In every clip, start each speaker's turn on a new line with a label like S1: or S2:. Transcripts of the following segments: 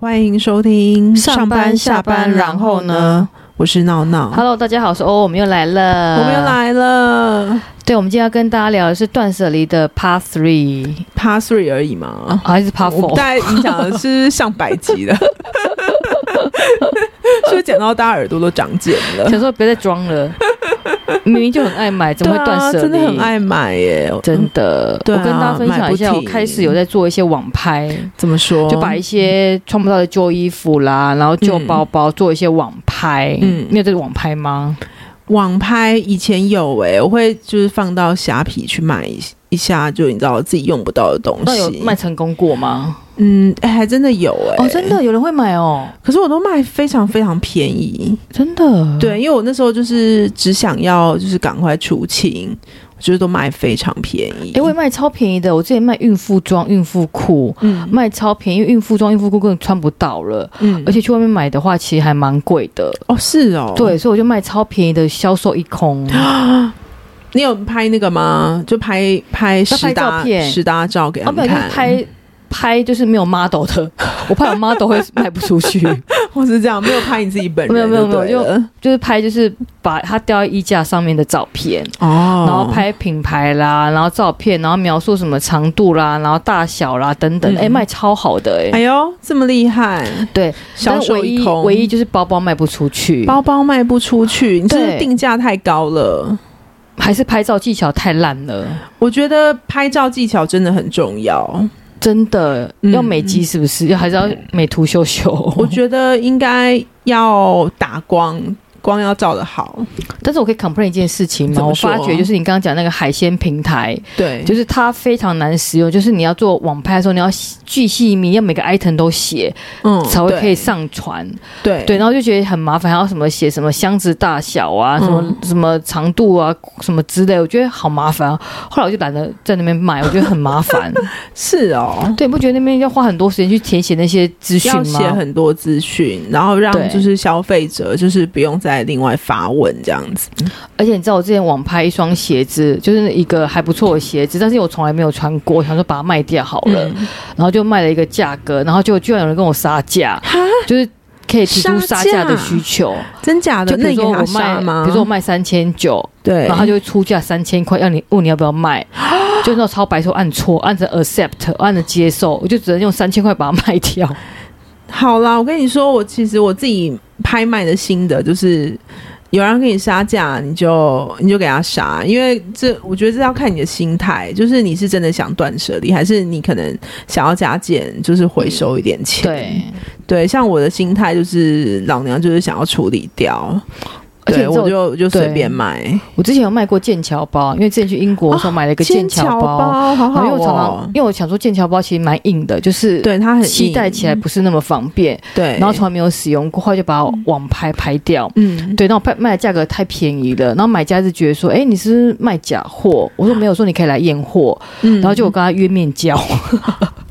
S1: 欢迎收听
S2: 上班下班然后呢？
S1: 我是闹闹，
S2: Hello，大家好，我是欧，我们又来了，
S1: 啊我们又。来了
S2: 对，我们今天要跟大家聊的是断舍离的 Part Three，、
S1: ，Part Three 而已嘛。
S2: 啊、还是 Part
S1: 我
S2: Four？
S1: 大概影响的是上百集 了，是不是讲到大家耳朵都长茧了？
S2: 想说别再装 了，明明就很爱买，怎么会断
S1: 对啊
S2: 舍离？
S1: 真的很，爱买耶！
S2: 真的。
S1: 对啊
S2: 我跟大家分享一
S1: 买
S2: 下，
S1: 不哦
S2: 我
S1: 停
S2: 开始有在做一些网拍，
S1: 怎么说？
S2: 就把一些穿不到的旧衣服啦，然后旧
S1: 嗯
S2: 包包做一些网拍。
S1: 嗯
S2: 嗯，你有这个网拍吗？
S1: 网拍以前有诶，我会就是放到虾皮去买一一下，就你知道自己用不到的东
S2: 那有
S1: 西。
S2: 卖成功过吗？
S1: 嗯，哎还真的有诶。
S2: 哦，真的有人会买哦，
S1: 可是我都卖非常非常便宜，
S2: 真的。
S1: 对，因为我那时候就是只想要就是赶快出清，我觉得都卖非常便宜。
S2: 哎、我也卖超便宜的，我之前卖孕妇装、孕妇裤，
S1: 嗯
S2: 卖超便宜，因为孕妇装、孕妇裤根本穿不到了，
S1: 嗯
S2: 而且去外面买的话，其实还蛮贵的。
S1: 哦是哦，，嗯
S2: 对，所以我就卖超便宜的，销售一空。
S1: 你有拍那个吗？就拍拍
S2: 要
S1: 十
S2: 拍
S1: 搭
S2: 照片
S1: 十搭照给他
S2: 啊，没
S1: 们
S2: 有，就是
S1: 看，
S2: 拍拍就是没有 model 的， 我怕有 model 会卖不出去，
S1: 或是这样，没有拍你自己本人，
S2: 没有没有没有
S1: 就对了
S2: 就是拍就是把它吊在衣架上面的照片，
S1: 哦，
S2: 然后拍品牌啦，然后照片，然后描述什么长度啦，然后大小啦等等，
S1: 嗯
S2: 哎、卖超好的
S1: 哎
S2: 哎、
S1: 呦这么厉害，
S2: 对，
S1: 销
S2: 但
S1: 售
S2: 唯
S1: 一
S2: 一
S1: 空，
S2: 唯一就是包包卖不出去，
S1: 包包卖不出去，你是不是
S2: 对
S1: 定价太高了？
S2: 还是拍照技巧太烂了，
S1: 我觉得拍照技巧真的很重
S2: 哦
S1: 要。
S2: 真的、
S1: 嗯
S2: 要美肌是不是？要还是要美图秀秀？
S1: 我觉得应该要打光，光要照的好。
S2: 但是我可以 complain 一件事情
S1: 怎
S2: 吗？
S1: 么
S2: 我
S1: 说嗯
S2: 发觉就是你刚刚讲那个海鲜平台，
S1: 对，
S2: 就是它非常难使用，就是你要做网拍的时候，你要巨细靡，要每个 item 都写
S1: 嗯
S2: 才会
S1: 对
S2: 可以上传。
S1: 对
S2: 对，然后就觉得很麻烦，还要什么写什么箱子大小啊，什么、
S1: 嗯
S2: 什么长度啊，什么之类，我觉得好麻烦、啊。后来我就懒得在那边买，我觉得很麻烦。
S1: 是哦，
S2: 对，你不觉得那边要花很多时间去填写那些资讯
S1: 要
S2: 吗？
S1: 写很多资讯，然后让
S2: 对
S1: 就是消费者就是不用再另外发问这样子。
S2: 而且你知道我之前网拍一双鞋子，就是一个还不错的鞋子，但是我从来没有穿过，我想说把它卖掉好了，
S1: 嗯，
S2: 然后就卖了一个价格，然后就居然有人跟我杀价，就是。可以提出
S1: 杀
S2: 杀
S1: 价
S2: 价的需求，
S1: 真假的？
S2: 就比
S1: 那
S2: 如
S1: 你给
S2: 说
S1: 他
S2: 我
S1: 杀
S2: 卖，
S1: 吗？哎
S2: 比如说我卖三千九，
S1: 对，
S2: 然后他就会出价三千块，要你问你要不 要卖，就那种超白说按错，按成 accept，按着接受，我就只能用三千块把它卖掉。
S1: 好啦，我跟你说，我其实我自己拍卖的心得就是。有人给你杀价，你就你就给他杀，因为这我觉得这要看你的心态，就是你是真的想断舍离，还是你可能想要加减，就是回收一点钱。
S2: 对，
S1: 对，像我的心态就是老娘就是想要处理掉，
S2: 而且
S1: 对
S2: 你知道
S1: 我就我就随
S2: 对
S1: 便买
S2: 我之前有卖过剑桥包，因为之前去英国的
S1: 啊
S2: 时候买了一个剑桥
S1: 包，好
S2: 然
S1: 好
S2: 后因为我常常
S1: 哦，，
S2: 因为我想说剑桥包其实蛮硬的，就是
S1: 对它很
S2: 携带起来
S1: 硬，
S2: 不是那么方便，
S1: 对，
S2: 然后从来没有使用过，后来就把网拍拍掉。
S1: 嗯，
S2: 对，那我拍卖的价格太便宜了，然后买家就觉得说，哎，你是不是卖假货？我说没有，说你可以来验货，
S1: 嗯
S2: 然后就我跟他约面交，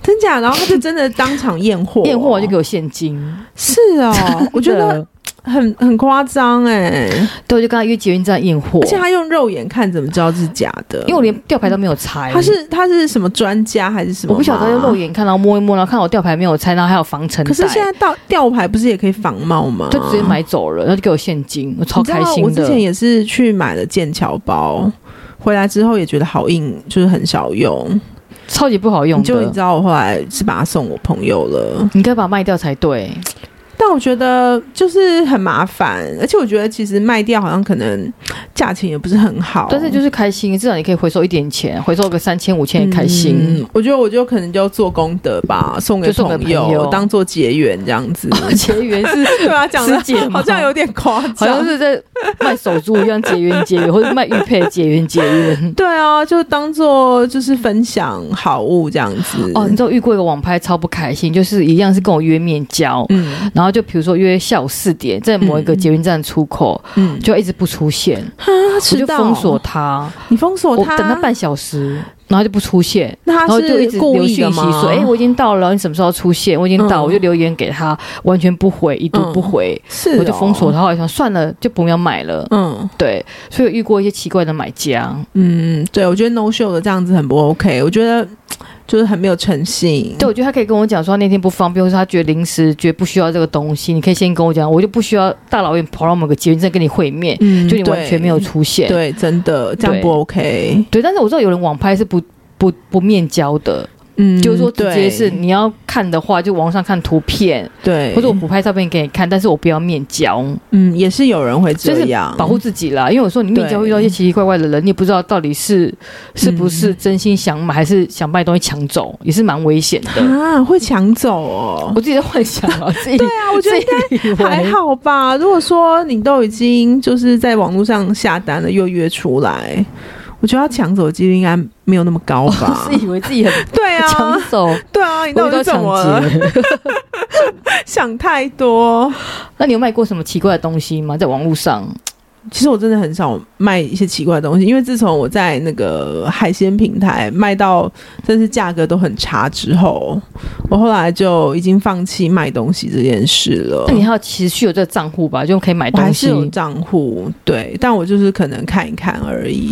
S1: 真假，然后他就真的当场验货，哦
S2: 验货完就给我现金。
S1: 是哦，我觉得
S2: 对，
S1: 很很夸张哎，
S2: 对，我就跟他约捷运站验货
S1: 而，且他用肉眼看怎么知道这是假的？
S2: 因为我连吊牌都没有拆。啊
S1: 他是他是什么专家还是什么？
S2: 我不晓得要肉
S1: 眼。
S2: 眼看，然后摸一摸，然后看我吊牌没有拆，然后还有防尘袋。
S1: 可是现在到吊牌不是也可以仿冒吗？
S2: 就直接买走了，然后就给我现金，我超
S1: 你知道
S2: 开心
S1: 我之
S2: 的。
S1: 前也是去买了剑桥包，回来之后也觉得好硬，就是很少用。
S2: 超级不好用
S1: 就你
S2: 的
S1: 知，道，我后来是把它送我朋友了。
S2: 你应该把它卖掉才对。
S1: 但我觉得就是很麻烦，而且我觉得其实卖掉好像可能价钱也不是很好。
S2: 但是就是开心，至少你可以回收一点钱，回收个三千五千也开心。
S1: 嗯我觉得我就可能就做功德吧，送给
S2: 就送
S1: 朋
S2: 给
S1: 友，
S2: 朋友
S1: 当做结缘这样 子。
S2: 结缘是
S1: 对啊，讲的
S2: 师姐吗
S1: 好像有点夸张，
S2: 好像是在卖手珠一样结缘结缘，或者卖玉佩结缘 结缘。
S1: 对啊，就当做就是分享好物这样子。
S2: 哦，你知道遇过一个网拍超不开心，就是一样是跟我约面交，
S1: 嗯
S2: 然后就比如说约下午四点，在某一个捷运站出口，
S1: 嗯，
S2: 就一直不出现，
S1: 他
S2: 我
S1: 迟
S2: 就
S1: 到，
S2: 封锁他，
S1: 哦你封锁
S2: 我
S1: 他，
S2: 等他半小时，然后就不出现。
S1: 那
S2: 然
S1: 他
S2: 后就一直
S1: 是故
S2: 留
S1: 意
S2: 讯
S1: 的
S2: 息
S1: 吗？
S2: 说：“哎、我已经到了，你什么时候出现？我已经到了，
S1: 嗯
S2: 我就留言给他，完全不回，已读不回，
S1: 是、哦
S2: 我就封锁。他。后来想算了，就不要买了。
S1: 嗯
S2: 对，所以有遇过一些奇怪的买家，
S1: 嗯，对，我觉得 no show 的这样子很不 OK。我觉得就是很没有诚信。
S2: 对，我觉得他可以跟我讲说他那天不方便，或是他觉得临时觉得不需要这个东西，你可以先跟我讲，我就不需要大老远跑到某个捷运站跟你会面，
S1: 嗯
S2: 就你完全没有出现。
S1: 对，真的这样
S2: 对
S1: 不 OK。
S2: 对，但是我知道有人网拍是不不不面交的，
S1: 嗯，
S2: 就是说直接
S1: 对
S2: 是你要看的话，就网上看图片，
S1: 对，
S2: 或者我不拍照片给你看，但是我不要面交，
S1: 嗯，也是有人会
S2: 就
S1: 这
S2: 是
S1: 样
S2: 保护自己啦。因为我说你面交
S1: 对
S2: 会遇到一些奇奇怪怪的人，你也不知道到底是是不
S1: 嗯
S2: 是真心想买，还是想把你东西抢走，也是蛮危险的。
S1: 啊，会抢走哦。
S2: 我自己在幻想 啊，自己对啊，
S1: 我觉得
S2: 应。
S1: 还好吧，如果说你都已经就是在网络上下单了，又约出来，我觉得要抢走的几率应该没有那么高吧
S2: 哦是以为自己很
S1: 对 啊
S2: 抢，手，
S1: 对啊，你
S2: 我
S1: 到
S2: 遇
S1: 底
S2: 到
S1: 是怎
S2: 抢
S1: 么了？
S2: 劫。
S1: 想太多。
S2: 那你有卖过什么奇怪的东西吗？在网络上？
S1: 其实我真的很少卖一些奇怪的东西，因为自从我在那个海鲜平台卖到真是价格都很差之后，我后来就已经放弃卖东西这件事了
S2: 哦那。你还要持续有这个账户吧，就可以买
S1: 哎我还
S2: 东
S1: 是
S2: 西。
S1: 有账户，对，但我就是可能看一看而已。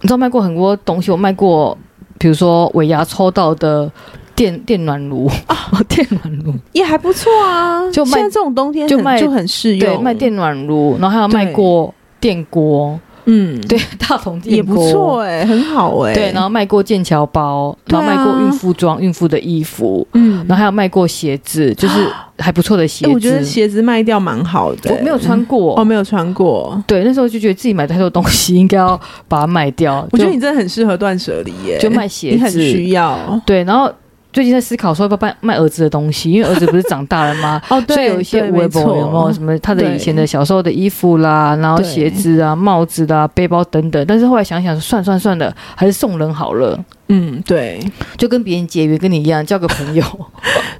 S2: 你知道卖过很多东西，我卖过，比如说尾牙抽到的电电暖炉啊， 电暖炉，
S1: 也还不错啊，
S2: 就卖
S1: 现在这种冬天很
S2: 就卖
S1: 就很适用，
S2: 对，卖电暖炉，然后还有卖过电锅，
S1: 嗯，
S2: 对，大同电
S1: 也不
S2: 锅
S1: 错。哎、很好哎、
S2: 对，然后卖过剑桥包，然后
S1: 对啊
S2: 卖过孕妇装、孕妇的衣服，
S1: 嗯，
S2: 然后还有卖过鞋子， 就是还不错的鞋
S1: 哎、
S2: 子。
S1: 我觉得鞋子卖掉蛮好的、欸
S2: 我没有穿过，
S1: 哦，没有穿过。
S2: 对，那时候就觉得自己买太多东西，应该要把它卖掉。
S1: 我觉得
S2: 就
S1: 你真的很适合断舍离耶、
S2: 就卖鞋
S1: 你很
S2: 子
S1: 需要
S2: 对，然后最近在思考说要不要卖卖儿子的东西，因为儿子不是长大了吗？
S1: 哦，
S2: 所以有一些
S1: 对
S2: 微
S1: 没
S2: 博
S1: 错，
S2: 有没有什么他的
S1: 对
S2: 以前的小时候的衣服啦，然后
S1: 对
S2: 鞋子啊、帽子啦、背包等等。但是后来想想，算算算了，还是送人好了，
S1: 嗯，对，
S2: 就跟别人结缘，跟你一样，交个朋 友，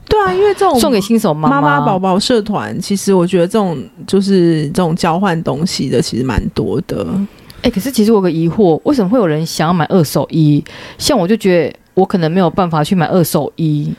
S1: 对啊，因为这种
S2: 送给新手妈
S1: 妈妈宝
S2: 宝。
S1: 宝社团，其实我觉得这种就是这种交换东西的，其实蛮多的。
S2: 哎、可是其实我有个疑惑，为什么会有人想要买二手衣？像我就觉得我可能没有办法去买二手衣，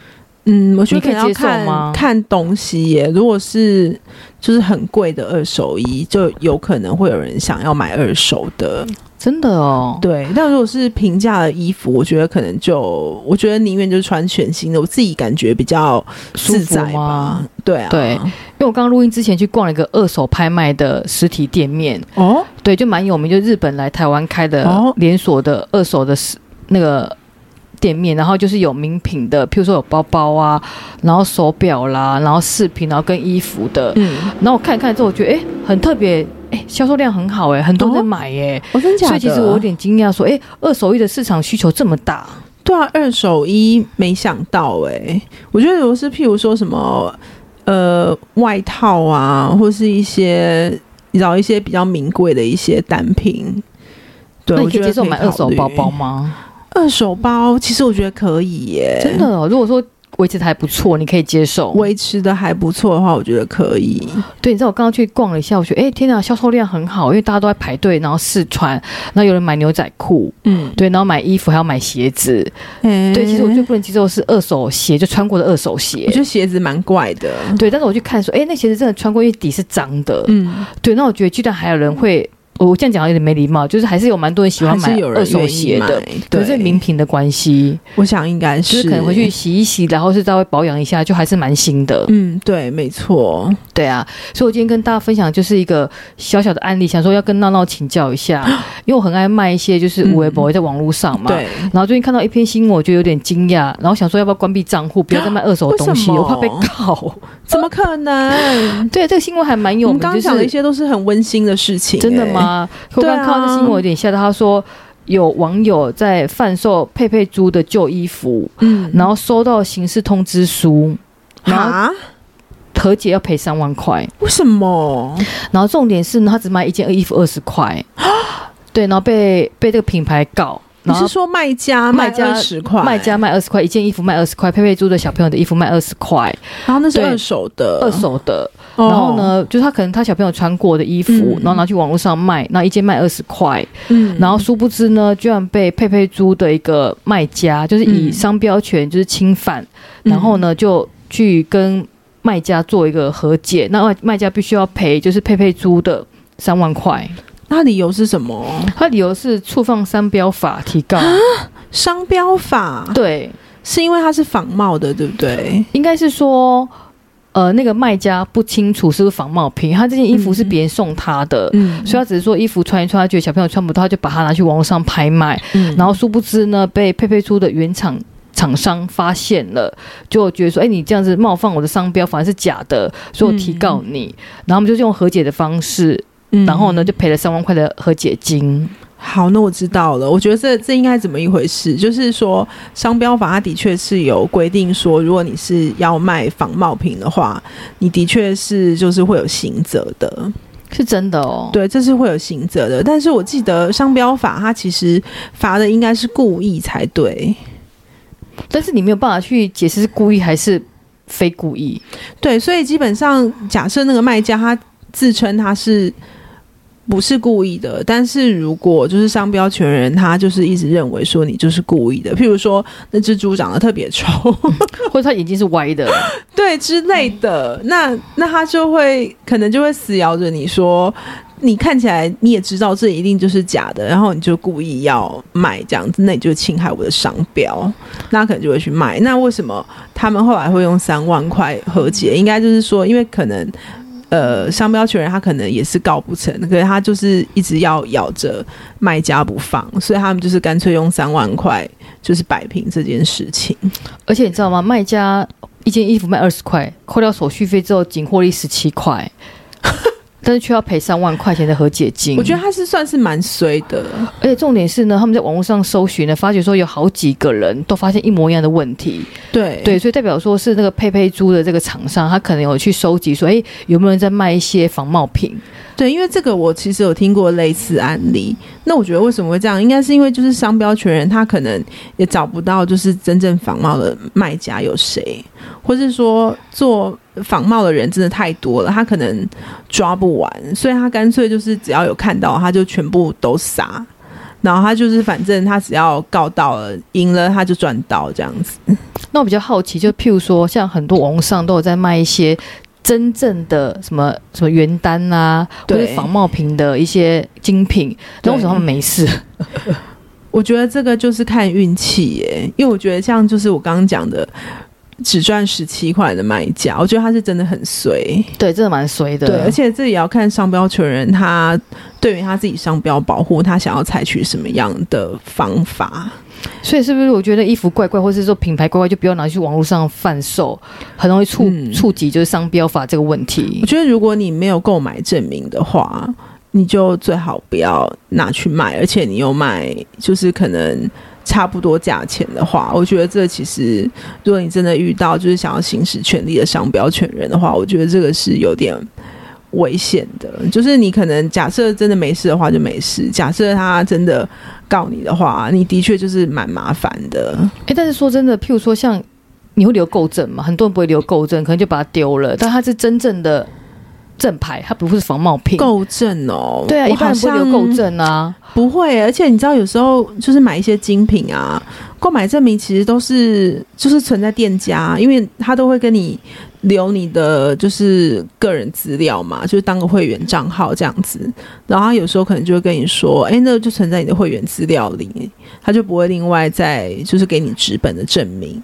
S1: 嗯，我觉得
S2: 你可以
S1: 能要
S2: 接受吗
S1: 看看东西耶。如果是就是很贵的二手衣，就有可能会有人想要买二手的。
S2: 真的哦。
S1: 对，但如果是平价的衣服，我觉得可能就我觉得宁愿就是穿全新的，我自己感觉比较
S2: 舒
S1: 自
S2: 服
S1: 在吧
S2: 吗。
S1: 对啊，
S2: 对因为我刚刚录音之前去逛了一个二手拍卖的实体店面，
S1: 哦，
S2: 对，就蛮有名，就日本来台湾开的
S1: 哦
S2: 连锁的二手的实那个店面，然后就是有名品的，譬如说有包包啊，然后手表啦，然后饰品，然后跟衣服的。
S1: 嗯，
S2: 然后我看一看之后，我觉得哎、诶很特别，哎、销售量很好、诶哎，很多人在买、诶
S1: 我、哦真假的？
S2: 所以其实我有点惊讶，说哎、诶二手衣的市场需求这么大，
S1: 对啊，二手衣没想到哎、我觉得如果是譬如说什么呃外套啊，或是一些你知道一些比较名贵的一些单品，对，
S2: 那
S1: 我
S2: 你可
S1: 觉
S2: 以
S1: 得
S2: 接受买二手包包
S1: 考虑？
S2: 吗？
S1: 二手包其实我觉得可以耶、
S2: 真的哦，如果说维持的还不错，你可以接受。
S1: 维持的还不错的话，我觉得可以。
S2: 对，你知道我刚刚去逛了一下，我觉得哎天哪，销售量很好，因为大家都在排队，然后试穿，然后有人买牛仔裤，
S1: 嗯，
S2: 对，然后买衣服还要买鞋子，对，其实我最不能接受的是二手鞋，就穿过的二手鞋
S1: 我觉。得鞋子蛮怪的。
S2: 对，但是我去看说，哎，那鞋子真的穿过，因为底是脏的。
S1: 嗯，
S2: 对，那我觉得居然还有人会，我这样讲有点没礼貌，就是还是有蛮多人喜欢
S1: 还
S2: 买
S1: 是有人
S2: 二手
S1: 愿意
S2: 鞋的
S1: 买。
S2: 可是
S1: 对，
S2: 名品的关系，
S1: 我想应该
S2: 就是可能回去洗一洗，然后是稍微保养一下，就还是蛮新的。
S1: 嗯，对，没错。
S2: 对啊，所以我今天跟大家分享就是一个小小的案例，想说要跟闹闹请教 一下，因为我很爱卖一些就是
S1: 嗯
S2: 无微博在网络上嘛。
S1: 对，
S2: 然后最近看到一篇新闻，我就有点惊讶，然后想说要不要关闭账户，不要再卖二手的东西，
S1: 为什么
S2: 我怕被告。
S1: 怎么可能？
S2: 对，这个新闻还蛮
S1: 我
S2: 有
S1: 们
S2: 名，
S1: 刚
S2: 就
S1: 刚讲的一
S2: 是
S1: 些都是很温馨的事情、
S2: 真的
S1: 欸？
S2: 吗？可我
S1: 对啊
S2: 刚刚看到这新闻有点吓到，他说有网友在贩售佩佩猪的旧衣服，
S1: 嗯，
S2: 然后收到刑事通知书，然后
S1: 啊？
S2: 和解要赔三万块。
S1: 为什么？
S2: 然后重点是呢，他只卖一件衣服二十 块，对，然后被被这个品牌告，
S1: 你
S2: 然
S1: 是
S2: 后
S1: 说卖家
S2: 卖
S1: 家
S2: 家
S1: 十块，
S2: 卖家，卖二十块，一件衣服卖二十块，佩佩猪的小朋友的衣服卖二十块，
S1: 然后那是
S2: 对
S1: 二手的，
S2: 二，手的，
S1: 哦、
S2: 然后？呢，就是他可能他小朋友穿过的衣服，
S1: 嗯
S2: 然后拿去网络上卖，然后一件卖二十块，
S1: 嗯
S2: 然后殊不知呢，居然被佩佩猪的一个卖家，就是以
S1: 嗯
S2: 商标权就是侵犯，然后？呢就去跟卖家做一个和解，那卖卖家必须要赔就是佩佩猪的三万块。
S1: 那理由是什么？
S2: 啊他理由是触犯商标法提告，
S1: 商标法，
S2: 对，
S1: 是因为它是仿冒的，对不对？
S2: 应该是说，呃，那个卖家不清楚是不是仿冒品，他这件衣服是别人送他的，
S1: 嗯
S2: 所以他只是说衣服穿一穿，他觉得小朋友穿不到，他就把它拿去网络上拍卖，
S1: 嗯
S2: 然后殊不知呢，被佩佩猪的原厂。厂商发现了，就觉得说：“哎、你这样子冒犯我的商标，反而是假的，所以我提告你。然后我们就是用和解的方式，
S1: 嗯
S2: 然后呢就赔了三万块的和解金。
S1: 好，那我知道了。我觉得这这应该怎么一回事？就是说，商标法它的确是有规定说，如果你是要卖仿冒品的话，你的确是就是会有刑责的。
S2: 是真的哦，
S1: 对，这是会有刑责的。但是我记得商标法它其实罚的应该是故意才对。
S2: 但是你没有办法去解释是故意还是非故意。
S1: 对，所以基本上假设那个卖家他自称他是不是故意的，但是如果就是商标权人他就是一直认为说你就是故意的，譬如说那只猪长得特别丑，
S2: 或者他眼睛是歪的，
S1: 对之类的，那那他就会可能就会死咬着你说。你看起来你也知道这一定就是假的，然后你就故意要卖这样子，那你就侵害我的商标，那可能就会去卖。那为什么他们后来会用三万块和解？应该就是说，因为可能呃商标权人他可能也是告不成，可是他就是一直要咬着卖家不放，所以他们就是干脆用三万块就是摆平这件事情。
S2: 而且你知道吗？卖家一件衣服卖二十块，扣掉手续费之后，仅获利十七块，但是却要赔三万块钱的和解金。
S1: 我觉得，他是算是蛮衰的。
S2: 而且哎重点是呢，他们在网络上搜寻呢，发觉说有好几个人都发现一模一样的问题。
S1: 对
S2: 对，所以代表说是那个佩佩猪的这个厂商，他可能有去收集说，哎，有没有人在卖一些仿冒品？
S1: 对，因为这个我其实有听过类似案例。那我觉得为什么会这样，应该是因为就是商标权人他可能也找不到就是真正仿冒的卖家有谁，或是说做仿冒的人真的太多了，他可能抓不完，所以他干脆就是只要有看到他就全部都杀。然后他就是，反正他只要告到了，赢了他就赚到这样子。
S2: 那我比较好奇，就譬如说，像很多网络上都有在卖一些真正的什么什么原单啊，或
S1: 对
S2: 者仿冒品的一些精品，
S1: 对
S2: 但为什么他们没事？
S1: 我觉得这个就是看运气耶，因为我觉得像就是我刚刚讲的，只赚十七块的卖家，我觉得他是真的很衰。
S2: 对，真的蛮衰的。啊
S1: 对，而且这也要看商标权人他对于他自己商标保护，他想要采取什么样的方法。
S2: 所以是不是我觉得衣服怪怪，或是说品牌怪怪，就不要拿去网络上贩售，很容易触、
S1: 嗯
S2: 触及就是商标法这个问题
S1: 我。觉得如果你没有购买证明的话，你就最好不要拿去卖，而且你又卖就是可能差不多价钱的话，我觉得这其实如果你真的遇到就是想要行使权利的商标权人的话，我觉得这个是有点。危险的，就是你可能假设真的没事的话就没事，假设他真的告你的话，你的确就是蛮麻烦的。
S2: 哎，但是说真的，譬如说像你会留购证嘛，很多人不会留购证，可能就把它丢了，但它是真正的正牌，它不是仿冒品。
S1: 购证哦，
S2: 对啊，
S1: 我
S2: 一般人不会
S1: 好像
S2: 留购证啊。
S1: 不会，而且你知道，有时候就是买一些精品啊，购买证明其实都是就是存在店家，因为他都会跟你留你的就是个人资料嘛，就是当个会员账号这样子。然后他有时候可能就会跟你说，哎，那就存在你的会员资料里，他就不会另外再就是给你纸本的证明。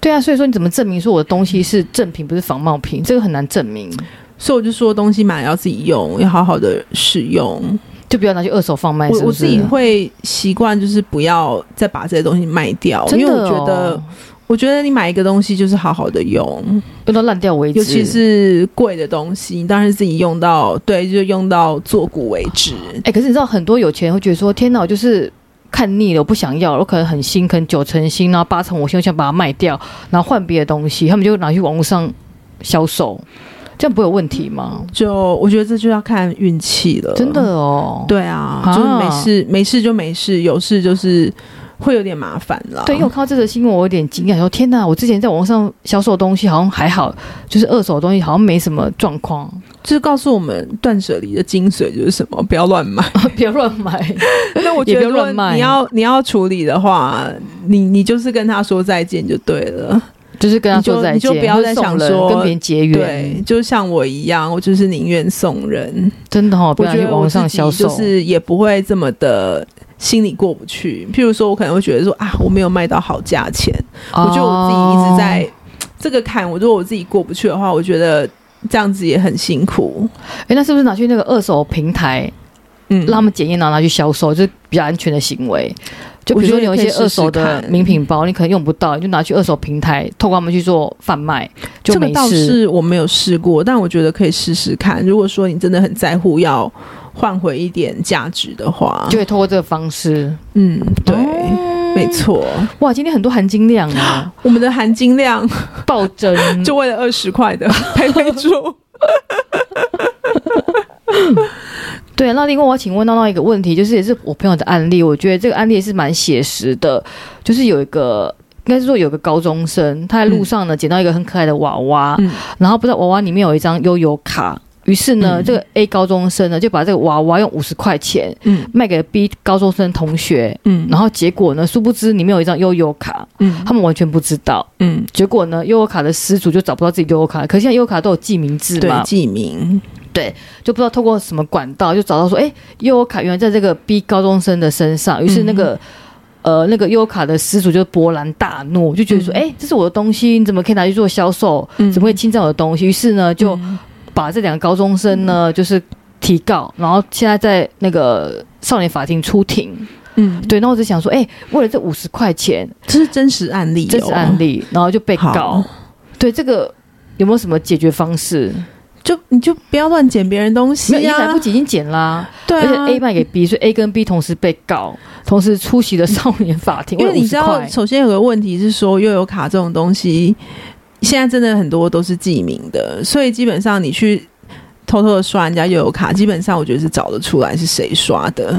S2: 对啊，所以说你怎么证明说我的东西是正品不是仿冒品？这个很难证明，
S1: 所以我就说，东西买了要自己用，要好好的使用。
S2: 就不要拿去二手贩卖，
S1: 我
S2: 是
S1: 我
S2: 不
S1: 自
S2: 是？
S1: 己会习惯，就是不要再把这些东西卖掉，
S2: 真
S1: 因
S2: 的
S1: 为
S2: 哦、
S1: 我觉得我觉得你买一个东西就是好好的用，
S2: 用到烂掉为止，
S1: 尤其是贵的东西，你当然是自己用到，对，就用到做古为止。
S2: 哎、可是你知道很多有钱人会觉得说，天哪，我就是看腻了，我不想要了，我可能很新，可能九成新，然后八成我新，我想把它卖掉，然后换别的东西，他们就拿去网络上销售，这样不会有问题吗？
S1: 就我觉得这就要看运气了，
S2: 真的。哦，
S1: 对啊，
S2: 啊
S1: 就是没事没事就没事，有事就是会有点麻烦了。
S2: 对，因为我看到这则新闻，我有点惊讶，说天哪，我之前在网络上销售的东西好像还好，就是二手的东西好像没什么状况，
S1: 就是告诉我们断舍离的精髓就是什么，不要乱买。
S2: 不要乱买。
S1: 那我觉
S2: 也
S1: 得
S2: 不要
S1: 如果
S2: 乱卖
S1: 你要你要处理的话，你你就是跟他说再见就对了。
S2: 就是跟他说再
S1: 你就
S2: 见，
S1: 你就不要再想说
S2: 或者送人跟别人结
S1: 对
S2: 缘，，
S1: 就像我一样，我就是宁愿送人。
S2: 真的哈、哦，不
S1: 啊我
S2: 要
S1: 觉
S2: 去
S1: 得
S2: 网
S1: 我
S2: 络
S1: 自
S2: 上
S1: 己
S2: 销售，
S1: 就是也不会这么的心里过不去。譬如说，我可能会觉得说啊，我没有卖到好价钱，
S2: 哦
S1: 我觉得我自己一直在这个坎，我如果我自己过不去的话，我觉得这样子也很辛苦。
S2: 哎、诶那是不是拿去那个二手平台，
S1: 嗯，
S2: 让他们检验，然后拿去销售，就是比较安全的行为？就比如说你有一些二手
S1: 我觉得也可以试试
S2: 的
S1: 看
S2: 名品包，你可能用不到，你就拿去二手平台，透过他们去做贩卖，就
S1: 这个
S2: 没
S1: 倒
S2: 事。
S1: 是我没有试过，但我觉得可以试试看。如果说你真的很在乎要换回一点价值的话，
S2: 就会透过这个方式，
S1: 嗯，啊对，
S2: 哦
S1: 没。错。
S2: 哇，今天很多含金量啊，
S1: 我们的含金量
S2: 暴增。
S1: 就为了二十块 的陪陪猪，
S2: 对，那另外我要请问到到一个问题，就是也是我朋友的案例，我觉得这个案例也是蛮写实的，就是有一个。应该是说有个高中生，他在路上呢捡到一个很可爱的娃娃，
S1: 嗯
S2: 然后不知道娃娃里面有一张悠游卡，于是呢，
S1: 嗯
S2: 这个 A 高中生呢就把这个娃娃用五十块钱
S1: 嗯
S2: 卖给 B 高中生同学，
S1: 嗯
S2: 然后结果呢，殊不知里面有一张悠游卡，
S1: 嗯
S2: 他们完全不知道。
S1: 嗯，
S2: 结果呢，悠游卡的失主就找不到自己悠游卡，可现在悠游卡都有记名字
S1: 对
S2: 嘛，，
S1: 记名，
S2: 就不知道透过什么管道就找到说，哎、悠游卡原来在这个 B 高中生的身上，于是那
S1: 嗯
S2: 个、呃那个悠游卡的失主就勃然大怒，就觉得说，
S1: 嗯
S2: 哎、这是我的东西，你怎么可以拿去做销售？
S1: 嗯
S2: 怎么会侵占我的东西？于是呢，就
S1: 嗯
S2: 把这两个高中生呢，就是提告，然后现在在那个少年法庭出庭。
S1: 嗯，
S2: 对，那我只想说，哎、为了这五十块钱，
S1: 这是真实案例哦，
S2: 真实案例，然后就被告
S1: 好。
S2: 对，这个有没有什么解决方式？
S1: 就你就不要乱捡别人东西
S2: 没有，已经来
S1: 啊
S2: 不，及，已经减啦、
S1: 对
S2: 而且
S1: 啊
S2: A 卖给 B，所以 A 跟 B 同时被告，同时出席了少年法庭，
S1: 因为你
S2: 50
S1: 知道，
S2: 块
S1: 首先有个问题是说，又有卡这种东西，现在真的很多都是记名的，所以基本上你去偷偷的刷人家又有卡，基本上我觉得是找得出来是谁刷的。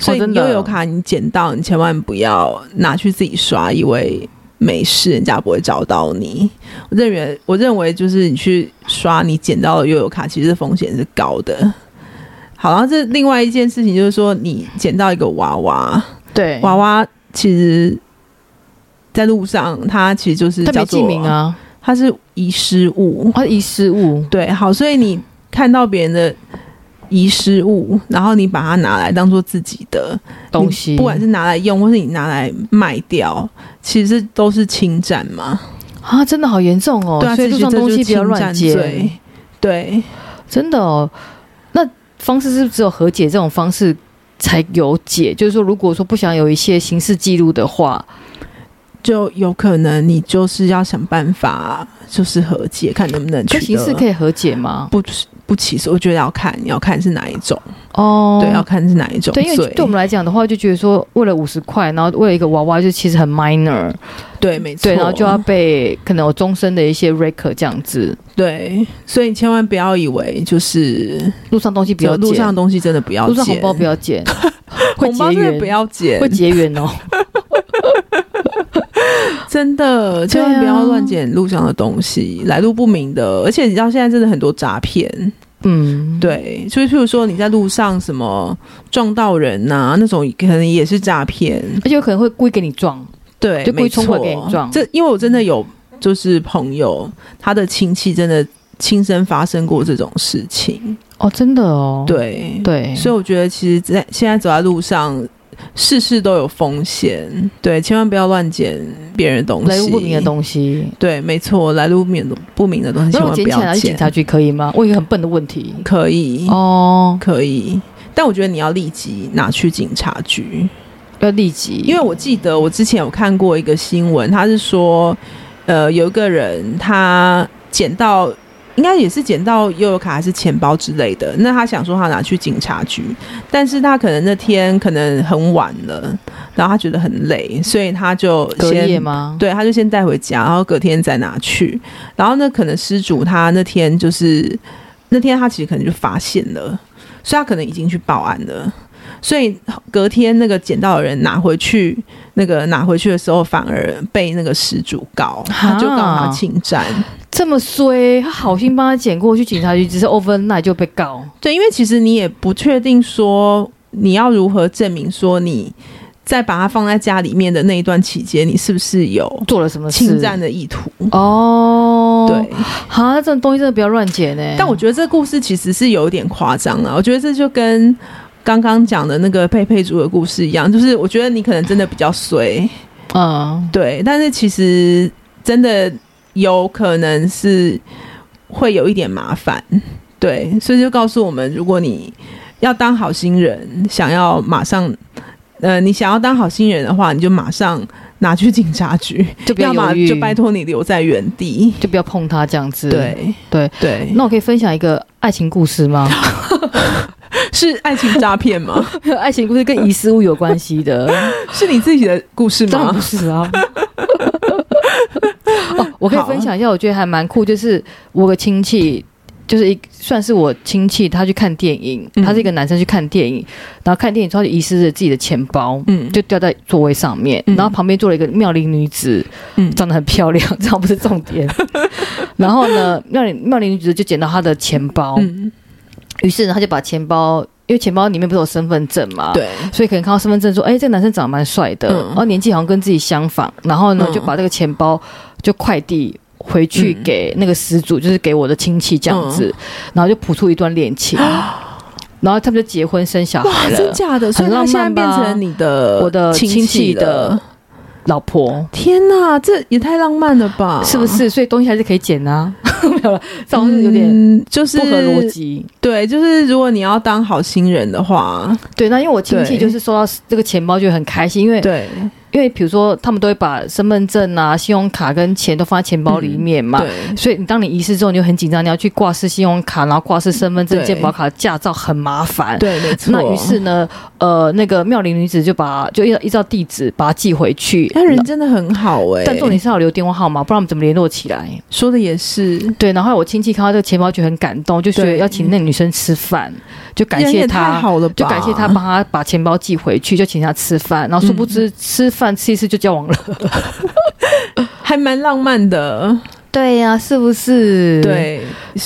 S1: 所以
S2: 哦真的
S1: 悠游卡你捡到，你千万不要拿去自己刷，以为没事，人家不会找到你。我认为，我认为就是你去刷你捡到的悠游卡，其实风险是高的。好，然后这另外一件事情就是说，你捡到一个娃娃，
S2: 对，
S1: 娃娃其实，在路上它其实就是
S2: 他
S1: 叫
S2: 没
S1: 做
S2: 记名，啊，
S1: 它是遗失物。
S2: 他遗失物，
S1: 对，好，所以你看到别人的遗失物，然后你把它拿来当做自己的
S2: 东西，
S1: 你不管是拿来用，或是你拿来卖掉，其实这都是侵占嘛。
S2: 啊，真的好严重哦，
S1: 对啊，
S2: 所以路
S1: 其实
S2: 上
S1: 这
S2: 东
S1: 就是
S2: 西不要
S1: 侵
S2: 乱
S1: 占
S2: 捡
S1: 罪，。对，
S2: 真的哦。那方式是不是只有和解这种方式才有解？就是说，如果说不想有一些刑事记录的话，
S1: 就有可能你就是要想办法，就是和解，看能不能取
S2: 跟刑事
S1: 得
S2: 可以和解吗？
S1: 不不起诉。我觉得要看，要看是哪一种。
S2: 哦，
S1: 对，要看是哪一种
S2: 对，因为
S1: 罪。
S2: 对我们来讲的话，就觉得说为了五十块，然后为了一个娃娃，就其实很 minor，
S1: 对，没错，
S2: 对，然后就要被可能有终身的一些 record 这样子，
S1: 对，所以你千万不要以为就是
S2: 路上东西不要捡，
S1: 路上的东西真的不要
S2: 路
S1: 捡，
S2: 上红 包不要捡，会
S1: 红包
S2: 结
S1: 真的不
S2: 缘，
S1: 要捡
S2: 会，结 缘哦。
S1: 真的
S2: 啊
S1: 千万不要乱捡路上的东西，来路不明的。而且你知道现在真的很多诈骗，
S2: 嗯，
S1: 对，所以譬如说你在路上什么撞到人呐、那种可能也是诈骗，
S2: 而且有可能会故意给你撞，
S1: 对，
S2: 就故意
S1: 没错
S2: 冲过来给你撞
S1: 这因为我真的有就是朋友，他的亲戚真的亲身发生过这种事情，
S2: 哦，真的哦，
S1: 对
S2: 对，
S1: 所以我觉得，其实在现在走在路上，事事都有风险，对，千万不要乱捡别人的东西，
S2: 来路不明的
S1: 西，
S2: 东西，
S1: 对，没错，来路不明的不明的东西，
S2: 那
S1: 千
S2: 我
S1: 万不
S2: 捡起来拿
S1: 要
S2: 去
S1: 捡
S2: 警，察局可以吗？问一个很笨的问题。
S1: 可以，
S2: 哦，
S1: 可以。但我觉得你要立即拿去警察局，
S2: 要立即，
S1: 因为我记得我之前有看过一个新闻，他是说，呃，有一个人他捡到，应该也是捡到悠游卡还是钱包之类的，那他想说他拿去警察局，但是他可能那天可能很晚了，然后他觉得很累，所以他就
S2: 隔
S1: 先
S2: 夜吗？
S1: 对，他就先带回家，然后隔天再拿去。然后呢，可能失主他那天就是那天他其实可能就发现了，所以他可能已经去报案了。所以隔天那个捡到的人拿回去，那个拿回去的时候反而被那个失主告，他就告他
S2: 啊
S1: 侵占。
S2: 这么衰，他好心帮他捡过去警察局，只是 overnight 就被告。
S1: 对，因为其实你也不确定说你要如何证明说你在把它放在家里面的那一段期间，你是不是有
S2: 做了什么事？
S1: 侵占的意图？
S2: 哦，
S1: 对，，
S2: 哈，这嗯种东西真的不要乱捡呢。欸
S1: 但我觉得这故事其实是有点夸张啊。我觉得这就跟刚刚讲的那个佩佩猪的故事一样，就是我觉得你可能真的比较衰，
S2: 嗯，
S1: 对，但是其实真的有可能是会有一点麻烦，对，所以就告诉我们，如果你要当好心人，想要马上，呃，你想要当好心人的话，你就马上拿去警察局，
S2: 就不
S1: 要
S2: 犹
S1: 么
S2: 豫，
S1: 就拜托你留在原地。
S2: 就不要碰它这样子。，
S1: 对
S2: 对
S1: 对，
S2: 那我可以分享一个爱情故事吗？
S1: 是爱情诈骗吗？
S2: 爱情故事跟遗失物有关系 的，
S1: 是你自己的故事
S2: 当
S1: 吗
S2: 然不？是 啊。哦，我可以
S1: 好
S2: 分享一下，我觉得还蛮酷，就是我有个亲戚。就是一算是我亲戚，他去看电影，
S1: 嗯
S2: 他是一个男生去看电影，然后看电影之后就遗失了自己的钱包，
S1: 嗯，
S2: 就掉在座位上面，
S1: 嗯
S2: 然后旁边坐了一个妙龄女子，
S1: 嗯
S2: 长得很漂亮， 这样不是重 点。然后呢，妙龄妙龄女子就捡到她的钱包，
S1: 嗯，
S2: 于是呢，她就把钱包，因为钱包里面不是有身份证嘛，，
S1: 对，
S2: 所以可能看到身份证说，哎、这个男生长得蛮帅的，
S1: 嗯
S2: 然后年纪好像跟自己相仿，然后呢
S1: 嗯
S2: 就把这个钱包就快递。回去
S1: 嗯
S2: 给那个失主，就是给我的亲戚这样子，然后就谱出一段 恋情，然后他们就结婚生小
S1: 哇
S2: 孩，
S1: 真
S2: 了。
S1: 假的？所以
S2: 很
S1: 他
S2: 浪
S1: 现在
S2: 漫
S1: 变
S2: 吧
S1: 成你的
S2: 我的
S1: 亲
S2: 亲戚
S1: 了
S2: 的老婆，
S1: 天呐，这也太浪漫了吧？
S2: 是不？是？所以东西还是可以捡啊， 没有了，这好像是有点
S1: 嗯，就是
S2: 不合逻。辑。
S1: 对，就是如果你要当好心人的话，
S2: 对，那因为我亲
S1: 对
S2: 戚就是收到这个钱包就很开心，因为
S1: 对
S2: 因为比如说他们都会把身份证啊、信用卡跟钱都放在钱包里面嘛。
S1: 对
S2: 所以你当你遗失之后，你就很紧张，你要去挂失信用卡，然后挂失身份证、
S1: 对
S2: 健保卡、驾照，很麻烦。
S1: 对，没错。
S2: 那于是呢，呃，那个妙龄女子就把就依依照地址把它寄回去。
S1: 他哎人真的很好哎、
S2: 但重点是要留电话号码，不然我们怎么联络起来？
S1: 说的也是，
S2: 对，然后我亲戚看到这个钱包就很感动，就觉得
S1: 对
S2: 要请那个女生吃饭，就感
S1: 人
S2: 谢
S1: 也太
S2: 她，
S1: 好了吧？
S2: 就感谢她帮她把钱包寄回去，就请她吃饭。然后殊不知、吃饭吃一次就交往了。
S1: 还蛮浪漫的。
S2: 对呀、是不是？
S1: 对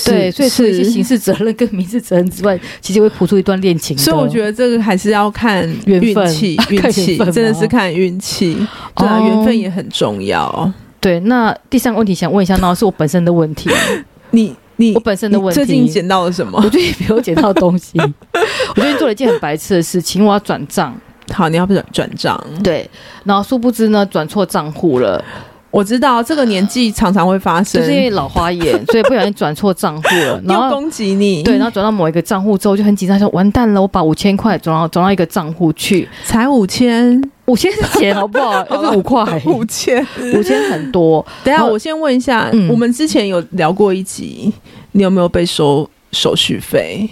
S2: 对，
S1: 是
S2: 所以除了一些
S1: 是
S2: 刑事责任跟民事责任之外，其实会谱出一段恋情的。
S1: 所以我觉得这个还是要看
S2: 缘
S1: 运
S2: 分
S1: 气
S2: 看，
S1: 运
S2: 缘
S1: 气
S2: 分哦
S1: 真的
S2: 吗
S1: 是看运气。对啊，
S2: 哦
S1: 缘分也很重要。
S2: 对。那第三个问题想问一下，那是我本身的问 题，
S1: 你你
S2: 我本身的
S1: 你
S2: 问
S1: 最近
S2: 题。
S1: 捡到了什么
S2: 我？最近没有捡到东西，我最近做了一件很白痴的事情，我要转账，
S1: 好，你要不转转账？
S2: 对，然后殊不知呢转错账户了，
S1: 我知道这个年纪常常会发生，
S2: 就是因为老花眼，所以不小心转错账户了， 然
S1: 又
S2: 后。
S1: 攻击你，
S2: 对，然后转到某一个账户之后，就很紧张，说完蛋了，我把五千块转到转到一个账户去，
S1: 才五千，
S2: 五千是钱好不 好？又不是五块，
S1: 五千。
S2: 五千很多。
S1: 等一下，
S2: 好
S1: 我先问一下，
S2: 嗯
S1: 我们之前有聊过一集，你有没有被收手续费？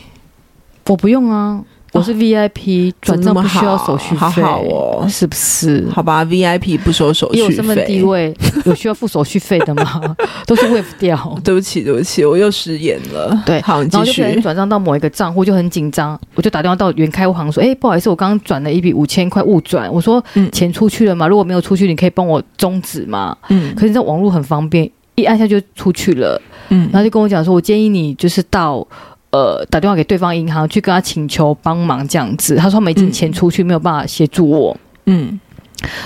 S2: 我不用啊，我是 VIP，、
S1: 怎
S2: 转
S1: 么那
S2: 账
S1: 么
S2: 不需要
S1: 好
S2: 手续费，
S1: 好好哦
S2: 是不是？
S1: 好吧，VIP 不收手
S2: 嗯因为我
S1: 续
S2: 身份地
S1: 费。
S2: 位有需要付手续费的吗？ 都是 waive 掉。
S1: 对不起，对不起，我又失言了。
S2: 对
S1: 好，你
S2: 然
S1: 继
S2: 后就不小心
S1: 续。
S2: 转账到某一个账户，就很紧张，我就打电话到原开户行说：“哎、不好意思，我刚刚转了一笔五千块误转，我说
S1: 嗯
S2: 钱出去了吗？如果没有出去，你可以帮我终止吗？”
S1: 嗯
S2: 可是你知道网络很方便，一按下就出去了，
S1: 嗯
S2: 然后就跟我讲说：“我建议你就是到。”呃，打电话给对方银行去跟他请求帮忙这样子，他说他们已经钱出去，没有办法协助我。
S1: 嗯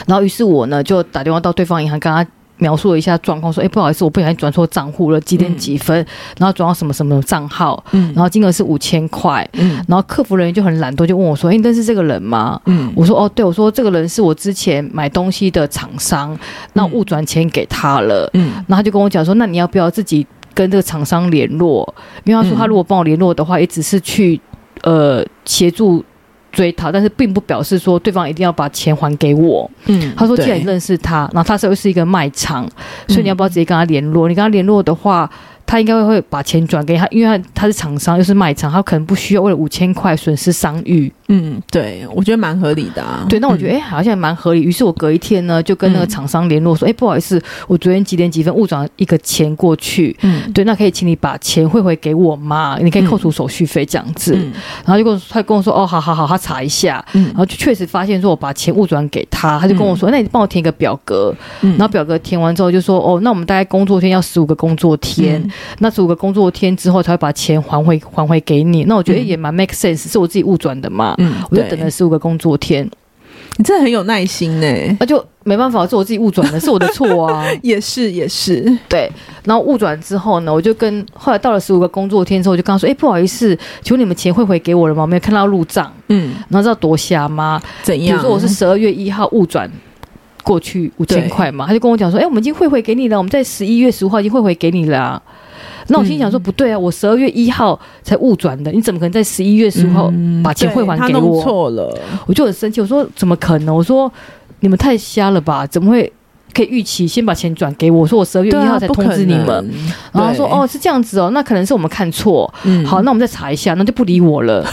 S2: 然后于是我呢就打电话到对方银行，跟他描述了一下状况，说：“哎、不好意思，我不小心转错账户了，几点几分，然后转到什么什么账号，
S1: 嗯，
S2: 然后金额是五千块。”
S1: 嗯
S2: 然后客服人员就很懒惰，就问我说：“哎、你认识这个人吗？”
S1: 嗯
S2: 我说：“哦，对，我说这个人是我之前买东西的厂商，那误转钱给他了。
S1: 嗯
S2: 然后他就跟我讲说：“那你要不要自己跟这个厂商联络？”因为他
S1: 嗯
S2: 说他如果帮我联络的话，也只是去呃协助追讨，但是并不表示说对方一定要把钱还给我。
S1: 嗯
S2: 他说：“既然你
S1: 对
S2: 认识他，然后他是又是一个卖场，所以你要不要直接跟他联络？你跟他联络的话，他应该会把钱转给他，因为他他是厂商又是卖场，他可能不需要为了五千块损失商誉。
S1: 嗯，对，我觉得蛮合理的啊。
S2: 对，那我觉得哎、
S1: 嗯
S2: 诶好像也蛮合理。于是我隔一天呢，就跟那个
S1: 嗯
S2: 厂商联络说：哎、不好意思，我昨天几点几分误转一个钱过去。”
S1: 嗯
S2: 对，那可以请你把钱汇回给我吗？你可以扣
S1: 嗯
S2: 除手续费这样子。
S1: 嗯
S2: 然后就跟我他跟我说，哦，好好好，他查一下，
S1: 嗯
S2: 然后就确实发现说我把钱误转给他，他就跟我说，那你帮我填一个表格，
S1: 嗯
S2: 然后表格填完之后就说，哦，那我们大概工作天要十五个工作天，
S1: 嗯
S2: 那十五个工作天之后才会把钱还回还回给你。那我觉得
S1: 嗯
S2: 也蛮 make sense，是我自己误转的嘛，
S1: 嗯，
S2: 我就等了
S1: 对
S2: 十五个工作天。
S1: 你真的很有耐心呢、
S2: 那就没办法，是我自己误转的，是我的错啊。
S1: 也是也是，
S2: 对，然后误转之后呢，我就跟后来到了十五个工作天之后，我就跟他说：“哎、不好意思，请问你们钱汇回给我了吗？我没有看到入账。
S1: 嗯，”
S2: 然后知道多瞎吗？
S1: 怎
S2: 比
S1: 样？
S2: 如说我是十二月一号误转过去五千块嘛，他就跟我讲说：“哎、我们已经汇回给你了，我们在十一月十五号已经汇回给你了、啊。”那我心
S1: 嗯
S2: 想说：“不对啊，我十二月一号才误转的，你怎么可能在十一月十五号
S1: 嗯
S2: 把钱汇还
S1: 对
S2: 给
S1: 他弄
S2: 我
S1: 错了，？”
S2: 我就很生气，我说：“怎么可能？”我说：“你们太瞎了吧？怎么会可以预期先把钱转给我？我说我十二月一
S1: 对啊
S2: 号才通知你们。，
S1: 不可能
S2: 然后说，哦是这样子哦，那可能是我们看错，
S1: 对嗯
S2: 好，那我们再查一下，那就不理我了，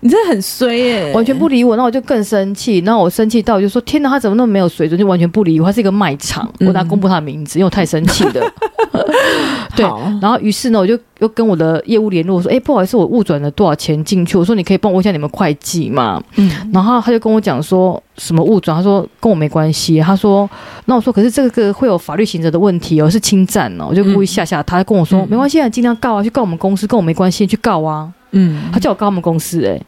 S1: 你真的很衰耶、
S2: 完全不理我，那我就更生气，那我生气到我就说，天哪，他怎么那么没有水准，就完全不理我，他是一个卖场，
S1: 嗯
S2: 我拿公布他的名字，因为我太生气 了。对
S1: 好
S2: 然后于是呢，我就又跟我的业务联络，我说，哎，不好意思，我误转了多少钱进去，我说你可以帮我问一下你们会计吗？
S1: 嗯，
S2: 然后他就跟我讲说什么误转，他说跟我没关系。他说，那我说可是这个会有法律行责的问题哦，是侵占哦，我就故意吓吓他，他跟我说、
S1: 嗯
S2: 没关系啊，你尽量告啊，去告我们公司，跟我没关系，去告啊。
S1: 嗯
S2: 他叫我告他们公司、欸，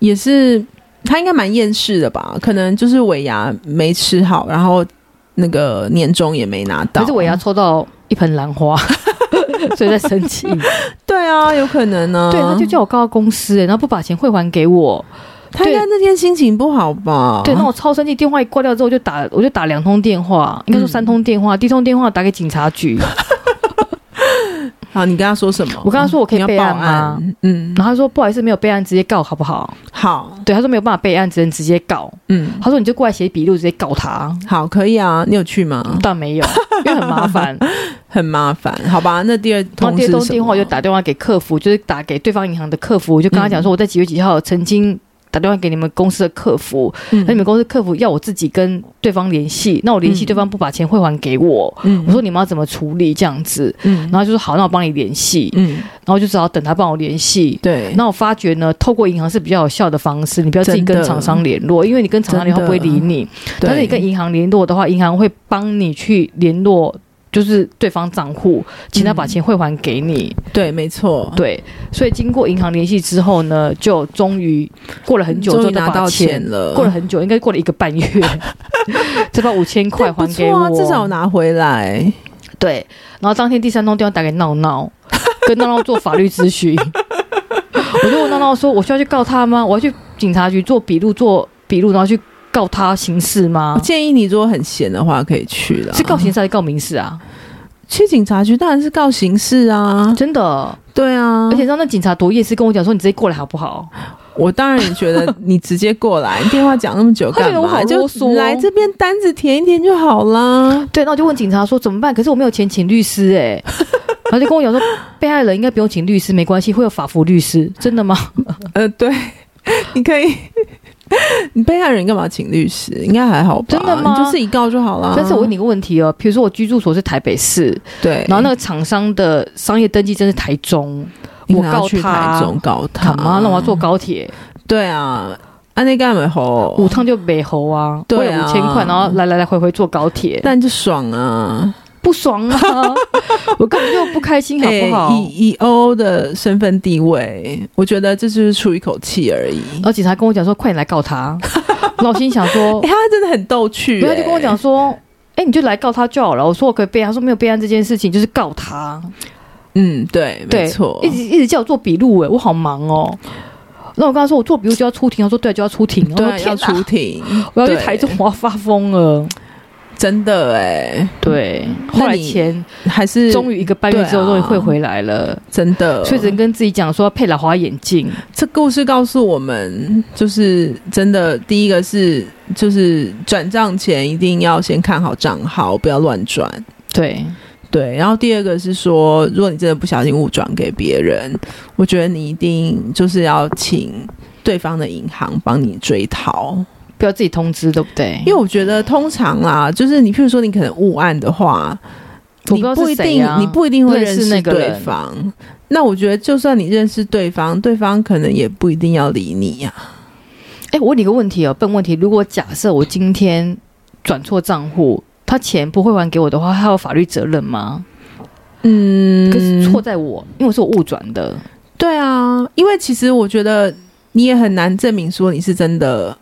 S1: 也是，他应该蛮厌世的吧？可能就是尾牙没吃好，然后那个年终也没拿到。
S2: 可是我也要抽到一盆兰花， 所以在生气。
S1: 对啊，有可能呢、
S2: 对，他就叫我告到公司、欸，然后不把钱汇还给我。
S1: 他应该那天心情不好吧？
S2: 对，那我超生气，电话一挂掉之后就打，我就打两通电话，应该说
S1: 嗯
S2: 三通电话，第一通电话打给警察
S1: 哦
S2: 局，
S1: 好，你跟他说什么？
S2: 我跟他说我可以
S1: 你要
S2: 备
S1: 报
S2: 案吗
S1: 案？嗯，
S2: 然后他说不好意思，没有备案，直接告好不好？
S1: 好，
S2: 对，他说没有办法备案，只能直接告。
S1: 嗯，
S2: 他说你就过来写笔录，直接告他。
S1: 好，可以啊。你有去吗？
S2: 但没有，因为很麻烦。
S1: 很麻烦，好吧？那第二
S2: 然后
S1: 通
S2: 第二通
S1: 是什么
S2: 电话我就打电话给客服，就是打给对方银行的客服，我就跟他讲说我在几月几号曾经打电话给你们公司的客服，
S1: 嗯
S2: 那你们公司客服要我自己跟对方联系，那我联系
S1: 嗯
S2: 对方不把钱汇还给我，
S1: 嗯
S2: 我说你们要怎么处理这样子，
S1: 嗯
S2: 然后就说好，那我帮你联系，
S1: 嗯，
S2: 然后就只好等他帮我联系。
S1: 对，
S2: 那我发觉呢，透过银行是比较有效的方式，你不要自己
S1: 真
S2: 跟
S1: 的
S2: 厂商联络，因为你跟厂商联络
S1: 真
S2: 他
S1: 的
S2: 不会理你。
S1: 对
S2: 但是你跟银行联络的话，银行会帮你去联络，就是对方账户，请他把钱汇还给你。
S1: 对，没错，
S2: 对，所以经过银行联系之后呢，就终于过了很久，
S1: 终于
S2: 之
S1: 拿
S2: 后才把
S1: 到
S2: 钱
S1: 钱。了，
S2: 过了很久，应该过了一个半 月，才把五千块
S1: 对不
S2: 还给
S1: 错
S2: 我。
S1: 啊，至少拿回来。
S2: 对。然后当天第三通电话打给闹 闹，跟闹闹做法律咨询。我就问闹闹说：“我需要去告他吗？我要去警察局做笔录，做笔录，然后去告他刑事吗
S1: 我？建议你如果很闲的话，可以去了。
S2: 是告刑事还是告民事啊？”
S1: 去警察局当然是告刑事啊，
S2: 真的，
S1: 对啊
S2: 而。且让那警察多夜市跟我讲说，你直接过来好不好？
S1: 我当然也觉得你直接过来，电话讲那么久
S2: 他觉
S1: 干
S2: 得我
S1: 嘛？
S2: 好
S1: 就
S2: 啰嗦哦
S1: 来这边单子填一填就好 啦。
S2: 对，那我就问警察说怎么办？可是我没有钱请律师哎、 欸，然后就跟我讲说，被害人应该不用请律师，没关系，会有法服律师，真的吗？
S1: 呃，对， 你可以。 你被害人干嘛请律师？应该还好吧？
S2: 真的吗
S1: 你就自己告就好啦。
S2: 但是我问你个问题哦，比如说我居住所是台北市，
S1: 对，
S2: 然后那个厂商的商业登记证是台中，
S1: 你
S2: 我
S1: 可能要
S2: 告
S1: 去台
S2: 他
S1: 中告他
S2: 干嘛？那我要坐高铁
S1: 对啊，安内干没吼
S2: 五趟就北猴啊，
S1: 哦对啊
S2: 为了五千块，然后来来来回回坐高铁，
S1: 但就爽啊！
S2: 不 爽啊！我根本就不开心，好不好？
S1: 哎以以欧的身份地位，我觉得这就是出一口气而已。
S2: 然后警察跟我讲说，快点来 告他。然后我心想说
S1: 哎、，他真的很逗趣、
S2: 哦没有，他就跟我讲
S1: 哎，
S2: 说，哎、你就来告他就好了。我说我可以备案，他说没有备案这件事情就是告他，
S1: 嗯，对，
S2: 对，
S1: 没错
S2: 一，直一直叫我做笔录，哎，我好忙哦。那我跟他说我做笔录就要出庭，他说对啊，就要出庭，
S1: 对
S2: 我
S1: 啊，
S2: 说
S1: 要
S2: 天
S1: 出
S2: 哪，
S1: 庭，
S2: 我要去
S1: 对
S2: 台中，我要发疯了。
S1: 真的哎、
S2: 对，
S1: 嗯那
S2: 后来
S1: 你
S2: 钱
S1: 还是
S2: 终于一个半月之
S1: 对
S2: 后终
S1: 啊嗯
S2: 于汇回来了，
S1: 真的。
S2: 所以只能跟自己讲说要配老花眼镜，
S1: 这故事告诉我们，就是真的，第一个是就是转账前一定要先看好账号，不要乱转。
S2: 对，
S1: 对，然后第二个是说，如果你真的不小心误转给别人，我觉得你一定就是要请对方的银行帮你追讨，
S2: 不要自己通知，对不对？
S1: 因为我觉得通常啦，就是你譬如说你可能误按的话，
S2: 我
S1: 你
S2: 不知道
S1: 不
S2: 是
S1: 一
S2: 谁
S1: 定、
S2: 啊
S1: 你不一定会认
S2: 认识
S1: 识
S2: 那个
S1: 对
S2: 人
S1: 方。那我觉得，就算你认识对方，对方可能也不一定要理你啊呀、
S2: 哎，我问你个问题哦，笨问题。如果假设我今天转错账户，他钱不会还给我的话，他有法律责任吗？
S1: 嗯
S2: 可是错在我，因为我是我误转的。
S1: 对啊，因为其实我觉得你也很难证明说你是真的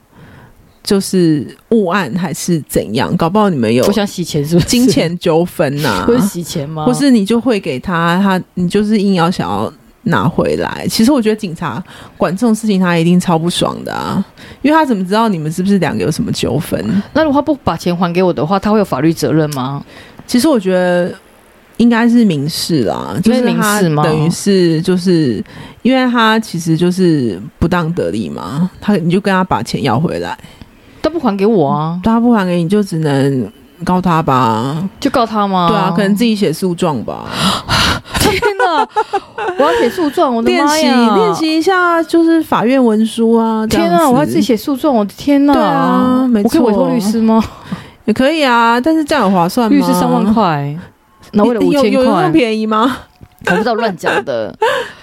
S1: 就是误案还是怎样，搞不好你们有
S2: 我想洗钱是不是？
S1: 金钱纠纷呐
S2: 不，是洗钱吗？
S1: 或是你就会给他，他你就是硬要想要拿回来。其实我觉得警察管这种事情，他一定超不爽的啊，因为他怎么知道你们是不是两个有什么纠纷？
S2: 那如果他不把钱还给我的话，他会有法律责任吗？
S1: 其实我觉得应该是民事啦，就是
S2: 因为民
S1: 他
S2: 事吗
S1: 等于是就是因为他其实就是不当得利嘛，他你就跟他把钱要回来，
S2: 他不还给我啊，
S1: 他不还给你就只能告他吧，
S2: 就告他吗？
S1: 对啊，可能自己写诉状吧，
S2: 天哪！我要写诉状，我的
S1: 练
S2: 妈
S1: 习
S2: 呀！
S1: 练习一下就是法院文书啊，这样
S2: 天啊，
S1: 子
S2: 我要自己写诉状，我的天哪！
S1: 对啊没
S2: 我可以委托
S1: 错
S2: 律师吗？
S1: 也可以啊，但是这样有划算吗？
S2: 律师三万，块，那为了五
S1: 有
S2: 千
S1: 有那么
S2: 块，
S1: 便宜吗？
S2: 我不知道乱讲的。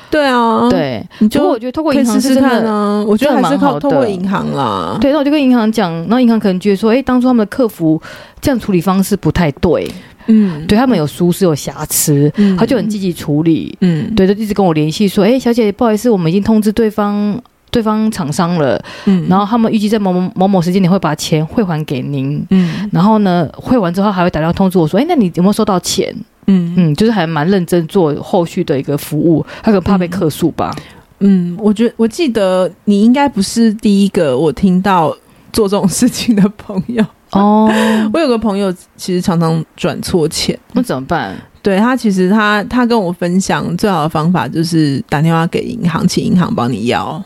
S1: 对啊，，
S2: 对，
S1: 你
S2: 不过
S1: 就
S2: 我觉得透过
S1: 可以
S2: 银
S1: 试
S2: 行是
S1: 试
S2: 真
S1: 看
S2: 的。
S1: 啊。我觉得还是
S2: 真的蛮好
S1: 靠
S2: 的
S1: 透过银行啦。
S2: 对，那我就跟银行讲，然后银行可能觉得说，哎，当初他们的客服这样处理方式不太对，
S1: 嗯，
S2: 对他们有疏失有瑕疵，
S1: 嗯
S2: 他就很积极处理，
S1: 嗯，
S2: 对，就一直跟我联系说，哎，小姐，不好意思，我们已经通知对方对方厂商了，
S1: 嗯
S2: 然后他们预计在某某某某时间点会把钱汇还给您。
S1: 嗯
S2: 然后呢，汇完之后还会打电话通知我说，哎，那你有没有收到钱？
S1: 嗯嗯
S2: 嗯，就是还蛮认真做后续的一个服务，他可能怕被客诉吧。
S1: 嗯，我觉我记得你应该不是第一个我听到做这种事情的朋友。
S2: 哦，
S1: 我有个朋友其实常常转错钱，
S2: 那怎么办？
S1: 对他其实他他跟我分享最好的方法就是打电话给银行，请银行帮你要。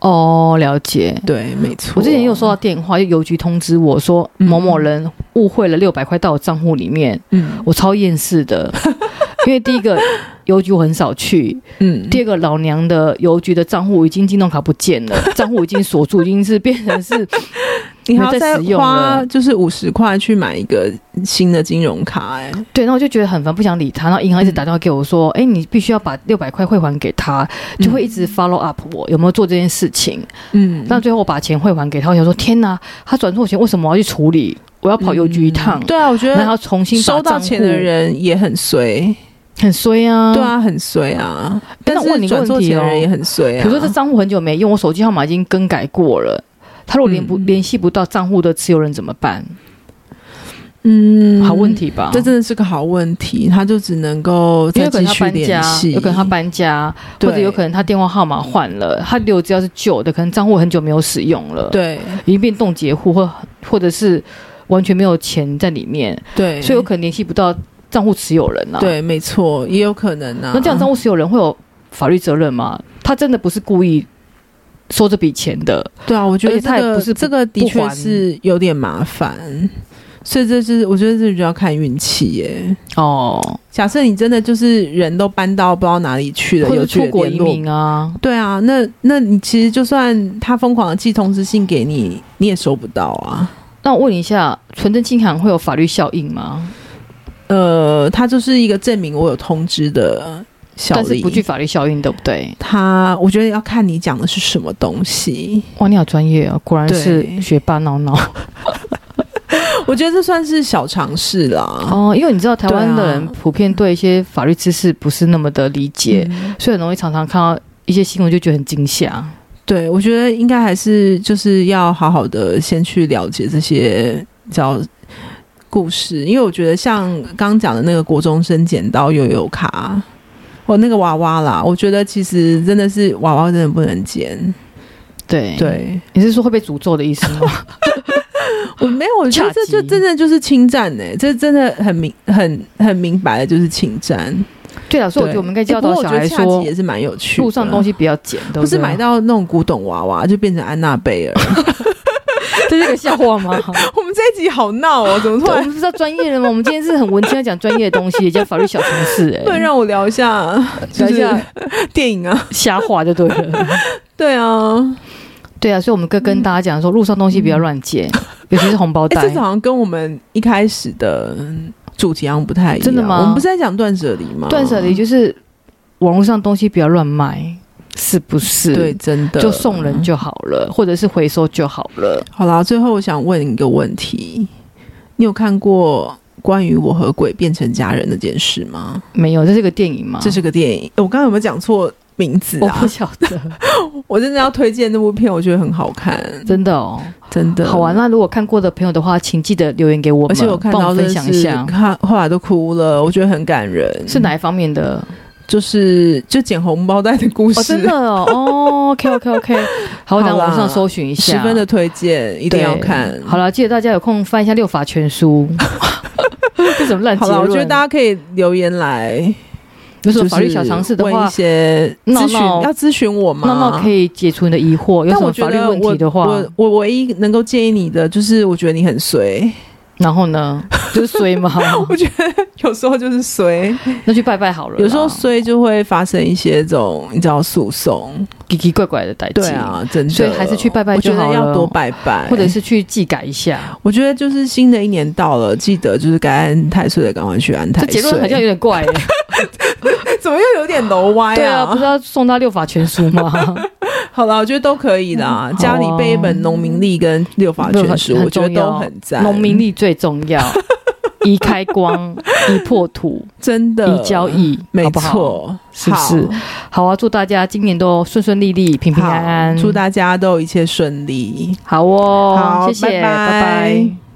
S2: 哦，了解。
S1: 对，没错。
S2: 嗯我之前也有收到电话，就邮局通知我说
S1: 嗯
S2: 某某人误汇了六百块到我账户里面，
S1: 嗯
S2: 我超厌世的，因为第一 个邮局我很少去，
S1: 嗯，
S2: 第二个老娘的邮局的账户已经金融卡不见了，账户已经锁住，已经是变成是
S1: 你还要
S2: 没在
S1: 再
S2: 使用
S1: 花
S2: 了
S1: 就是五十块去买一个新的金融卡、哎，
S2: 对，然后我就觉得很烦，不想理他。然后银行一直打电话给我说：“哎、你必须要把六百块汇还给他。”就会一直 follow up 我有没有做这件事情。
S1: 嗯，
S2: 但最后我把钱汇还给他，我想说：“天哪，他转错钱，为什么我要去处理？我要跑邮局一趟，
S1: 对啊，我觉
S2: 然后
S1: 得
S2: 要重新把
S1: 收到
S2: 账户
S1: 钱的人也很衰，
S2: 很衰啊。
S1: 对，啊，很衰啊，但
S2: 那我问你
S1: 是
S2: 个
S1: 转错
S2: 问题
S1: 钱的
S2: 哦
S1: 人也很衰啊。
S2: 比如说这账户很久没用，我手机号码已经更改过了。”他如果联不
S1: 嗯
S2: 联系不到账户的持有人怎么办？
S1: 嗯
S2: 好问，题啊吧？
S1: 这真的是个好问题，他就只能够
S2: 因为
S1: 再
S2: 有
S1: 继
S2: 可能
S1: 续
S2: 他搬
S1: 联
S2: 家，
S1: 系，
S2: 有可能他搬家，
S1: 对
S2: 或者有可能他电话号码换了，他留资料是旧的，可能账户很久没有使用了，，
S1: 对
S2: 已经变冻结户或或者是完全没有钱在里面，
S1: 对，
S2: 所以有可能联系不到账户持有人啊。，
S1: 嗯对，没错，也有可能啊。
S2: 那这样账户持有人会有法律责任吗？他真的不是故意收这笔钱的，
S1: 对啊，我觉
S2: 而
S1: 得
S2: 且他
S1: 这
S2: 也
S1: 个
S2: 不是不
S1: 这个的
S2: 不
S1: 确
S2: 还
S1: 是有点麻烦，所以这是我觉得这就要看运气耶。
S2: 哦，
S1: 假设你真的就是人都搬到不知道哪里去了，
S2: 或
S1: 有
S2: 者
S1: 去
S2: 出
S1: 的
S2: 国
S1: 联
S2: 移
S1: 络
S2: 民啊，
S1: 对啊，那那你其实就算他疯狂的寄通知信给你，你也收不到啊。
S2: 那我问你一下，纯正清行会有法律效应吗？
S1: 呃，他就是一个证明我有通知的效
S2: 但是
S1: 力
S2: 不。具法律效应，对不对？
S1: 他，我觉得要看你讲的是什么东西。
S2: 哇，你好专业啊！果然
S1: 对
S2: 是学霸闹闹。
S1: 我觉得这算是小尝试啦。
S2: 哦，因为你知道台湾的人
S1: 对啊
S2: 普遍对一些法律知识不是那么的理解，
S1: 嗯
S2: 所以很容易常常看到一些新闻就觉得很惊吓。
S1: 对，我觉得应该还是就是要好好的先去了解这些叫故事，因为我觉得像刚讲的那个国中生捡到悠悠卡，我那个娃娃啦，我觉得其实真的是娃娃真的不能捡。
S2: 对，
S1: 对，
S2: 你是说会被诅咒的意思吗？
S1: 我没有，我觉得
S2: 恰
S1: 这
S2: 吉
S1: 就真的就是侵占呢、这真的很明很很明白的就是侵占。
S2: 对啊，所以我觉
S1: 对
S2: 得我们应该
S1: 欸
S2: 教
S1: 不过
S2: 导
S1: 我
S2: 小
S1: 觉得
S2: 孩
S1: 恰
S2: 说
S1: 吉，也是蛮有趣的，
S2: 路上东西不要捡，对
S1: 不是
S2: 对
S1: 买，到那种古董娃娃就变成安娜贝 尔。
S2: 这是个笑话吗？
S1: 我们这一集好闹哦，怎么突
S2: 对我
S1: 然
S2: 们不是要专业的吗？我们今天是很文青，要讲专业的东西，也叫法律小常识、
S1: 不能
S2: 哎，
S1: 让我聊一下，
S2: 呃讲一下
S1: 电影啊，
S2: 瞎话就对了。
S1: 对啊，
S2: 对啊，所以我们跟跟大家讲说，路上东西不要乱捡，尤其是红包
S1: 嗯 哎、
S2: 袋
S1: 这。好像跟我们一开始的主题好像不太一样，
S2: 真的吗
S1: 我们不是在讲断舍离吗？
S2: 断舍离就是网络上东西不要乱卖，是不是？
S1: 对，，真的嗯
S2: 就送人就好了，或者是回收就好了。
S1: 好啦。最后我想问你一个问题，你有看过关于我和鬼变成家人那件事吗？
S2: 没有，这是个电影吗？
S1: 啊这是个电影，我刚刚有没有讲错名字
S2: 我
S1: 啊
S2: 不？晓 得，
S1: 我真的要推荐这部片，我觉得很好看，
S2: 真的哦，
S1: 真的
S2: 好玩。那如果看过的朋友的话，请记得留言给我们，
S1: 而且我看
S2: 帮
S1: 到
S2: 我
S1: 真的
S2: 分享一
S1: 是嗯
S2: 下，
S1: 看后来都哭了，我觉得很感人。
S2: 是哪一方面的？
S1: 就是就捡红包袋的故事，
S2: 哦，真的哦，哦，OK OK OK，好，我
S1: 好
S2: 等
S1: 啦
S2: 网上搜寻一
S1: 十
S2: 下，
S1: 分的推荐，一
S2: 一
S1: 定要看。
S2: 好了，记得大家有空翻一下《六法 全书》 ，这什么烂结
S1: 好了，
S2: 论？
S1: 我觉得大家可以留言来，
S2: 有什
S1: 就
S2: 么
S1: 是
S2: 法律小常识的
S1: 问一
S2: 话，
S1: 些咨询，
S2: 闹闹
S1: 要咨询我吗？
S2: 那那可
S1: 以。
S2: 以解除你的疑惑。有
S1: 但
S2: 什
S1: 我
S2: 么
S1: 觉
S2: 法律
S1: 得
S2: 问
S1: 我
S2: 题的话，
S1: 我我唯一能够建议你的就是，我觉得你很衰，
S2: 然后 呢，就是衰嘛，
S1: 我觉得有时候就是衰，
S2: 那去拜拜好了啦。
S1: 有时候衰就会发生一些这种你知道诉讼，
S2: 奇奇怪怪的代
S1: 对，啊，真的，
S2: 所以还是去拜拜
S1: 我觉
S2: 就好
S1: 得
S2: 了
S1: 要多拜拜，
S2: 或者是去祭改一下。
S1: 我觉得就是新的一年到了，记得就是该安太岁的赶快去安太
S2: 这
S1: 岁。
S2: 结论好像有点 怪耶。
S1: 怎么又有点楼歪
S2: 对啊，不是要送他六法全书吗？
S1: 好了，我觉得都可以啦。
S2: 嗯
S1: 家里
S2: 好啊
S1: 备一本农民历跟六法全书，
S2: 六法
S1: 我觉得
S2: 很重要
S1: 都很 赞。
S2: 农民力最重 要，宜开光，宜破土，
S1: 真的
S2: 宜交，易，
S1: 没
S2: 好不好？
S1: 错，
S2: 是不是
S1: 好
S2: 好啊，祝大家今年都顺顺利利、平平安安。
S1: 好祝大家都一切顺利。
S2: 好哦，
S1: 好
S2: 谢谢，
S1: 拜拜
S2: 拜拜